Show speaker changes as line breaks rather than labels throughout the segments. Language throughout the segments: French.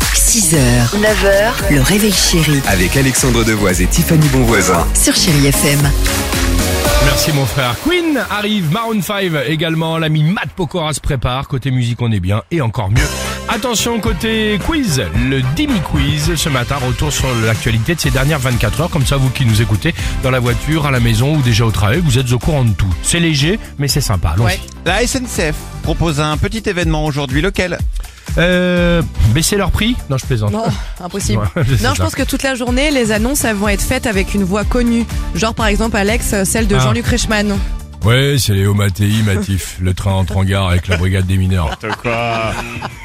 6h, 9h, le réveil chéri
Avec Alexandre Devoise et Tiffany Bonvoisin.
sur Chéri FM.
Merci mon frère. Queen arrive, Maroon 5 également, l'ami Matt Pokora se prépare, côté musique on est bien et encore mieux. Attention côté quiz, le Dimi Quiz ce matin, retour sur l'actualité de ces dernières 24 heures, comme ça vous qui nous écoutez dans la voiture, à la maison ou déjà au travail, vous êtes au courant de tout. C'est léger mais c'est sympa. Allons-y.
La SNCF propose un petit événement aujourd'hui, lequel
Euh, baisser leur prix Non je plaisante.
Non, impossible.
Ouais, c'est
non, je
ça.
pense que toute la journée, les annonces, elles vont être faites avec une voix connue. Genre, par exemple, Alex, euh, celle de
Ah.
Jean-Luc Reichmann.
Ouais c'est Léo Mattei, Matif, le train entre en gare avec la brigade des mineurs.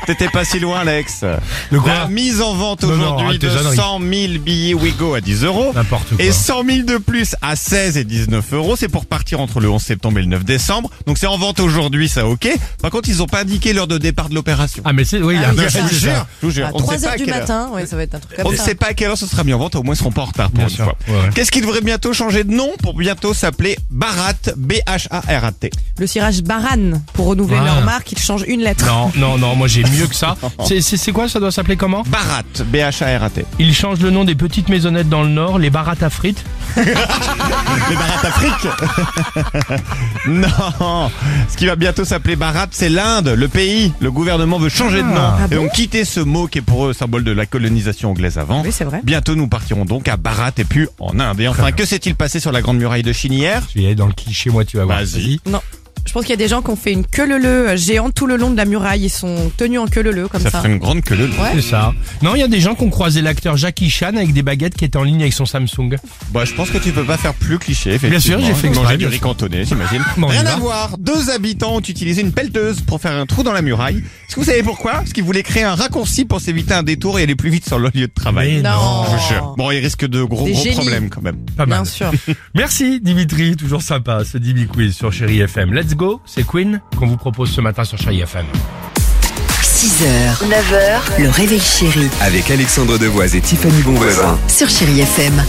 T'étais pas si loin, Alex.
Le quoi
La mise en vente
Non, non,
aujourd'hui
arrête
de
tes Ah.
100
âneries.
000 billets Wigo à 10 euros.
N'importe quoi.
Et 100 000 de plus à 16 et 19 euros, c'est pour partir entre le 11 septembre et le 9 décembre. Donc c'est en vente aujourd'hui, ça ok. Par contre, ils ont pas indiqué l'heure de départ de l'opération.
Ah mais c'est oui, il y a
Ah
un
oui,
Non,
gars,
je
c'est
vous
c'est
jure,
ça.
je vous jure,
À
on ne sait
3
pas à
heures du
quelle heure.
matin, ouais, ça va être un truc
On
comme
ne
ça.
sait pas à quelle heure ce sera mis en vente, au moins ils seront pas en retard pour
Bien
une
sûr,
fois.
ouais, ouais.
Qu'est-ce qui devrait bientôt changer de nom pour bientôt s'appeler Barat, B-H-A-R-A-T
Le cirage Baran, pour renouveler
Ah.
leur marque, ils changent une lettre.
Non, non, non, moi j'ai mieux que ça. C'est- C'est c'est quoi, ça doit s'appeler comment
Barat, B-H-A-R-A-T.
Ils changent le nom des petites maisonnettes dans le nord, les barates à frites.
Les Barat Afrique Non Ce qui va bientôt s'appeler Barat, c'est l'Inde, le pays. Le gouvernement veut changer de nom
Ah.
et donc quitter ce mot qui est pour eux symbole de la colonisation anglaise avant.
Oui, c'est vrai.
Bientôt nous partirons donc à Barat et puis en Inde. Et enfin, que s'est-il passé sur la Grande Muraille de Chine hier
Je vais y aller dans le cliché, moi, tu vas voir.
Vas-y.
Non. Je pense qu'il y a des gens qui ont fait une queue leu géante tout le long de la muraille. Ils sont tenus en queue leu comme ça.
ferait une grande queue.
Ouais.
C'est ça. Non, il y a des gens qui ont croisé l'acteur Jackie Chan avec des baguettes qui étaient en ligne avec son Samsung.
Bah, je pense que tu peux pas faire plus cliché,
Bien sûr,
effectivement.
j'ai fait exprès,
manger du
bien
riz
sûr.
cantonné, j'imagine.
Bon, on y
Rien
va.
à voir. Deux habitants ont utilisé une pelleteuse pour faire un trou dans la muraille. Est-ce que vous savez pourquoi Parce qu'ils voulaient créer un raccourci pour s'éviter un détour et aller plus vite sur leur lieu de travail.
Mais
non.
Je vous jure. Bon, il risque de gros,
Des
gros
génies.
problèmes quand même.
Pas mal.
Bien sûr.
Merci Dimitri, toujours sympa, ce Dimi Quiz sur Chéri FM. Let's go, c'est Queen qu'on vous propose ce matin sur Chéri FM.
6h, 9h, le réveil chéri
Avec Alexandre Devoise et Tiffany Bonvoisin.
sur Chéri FM.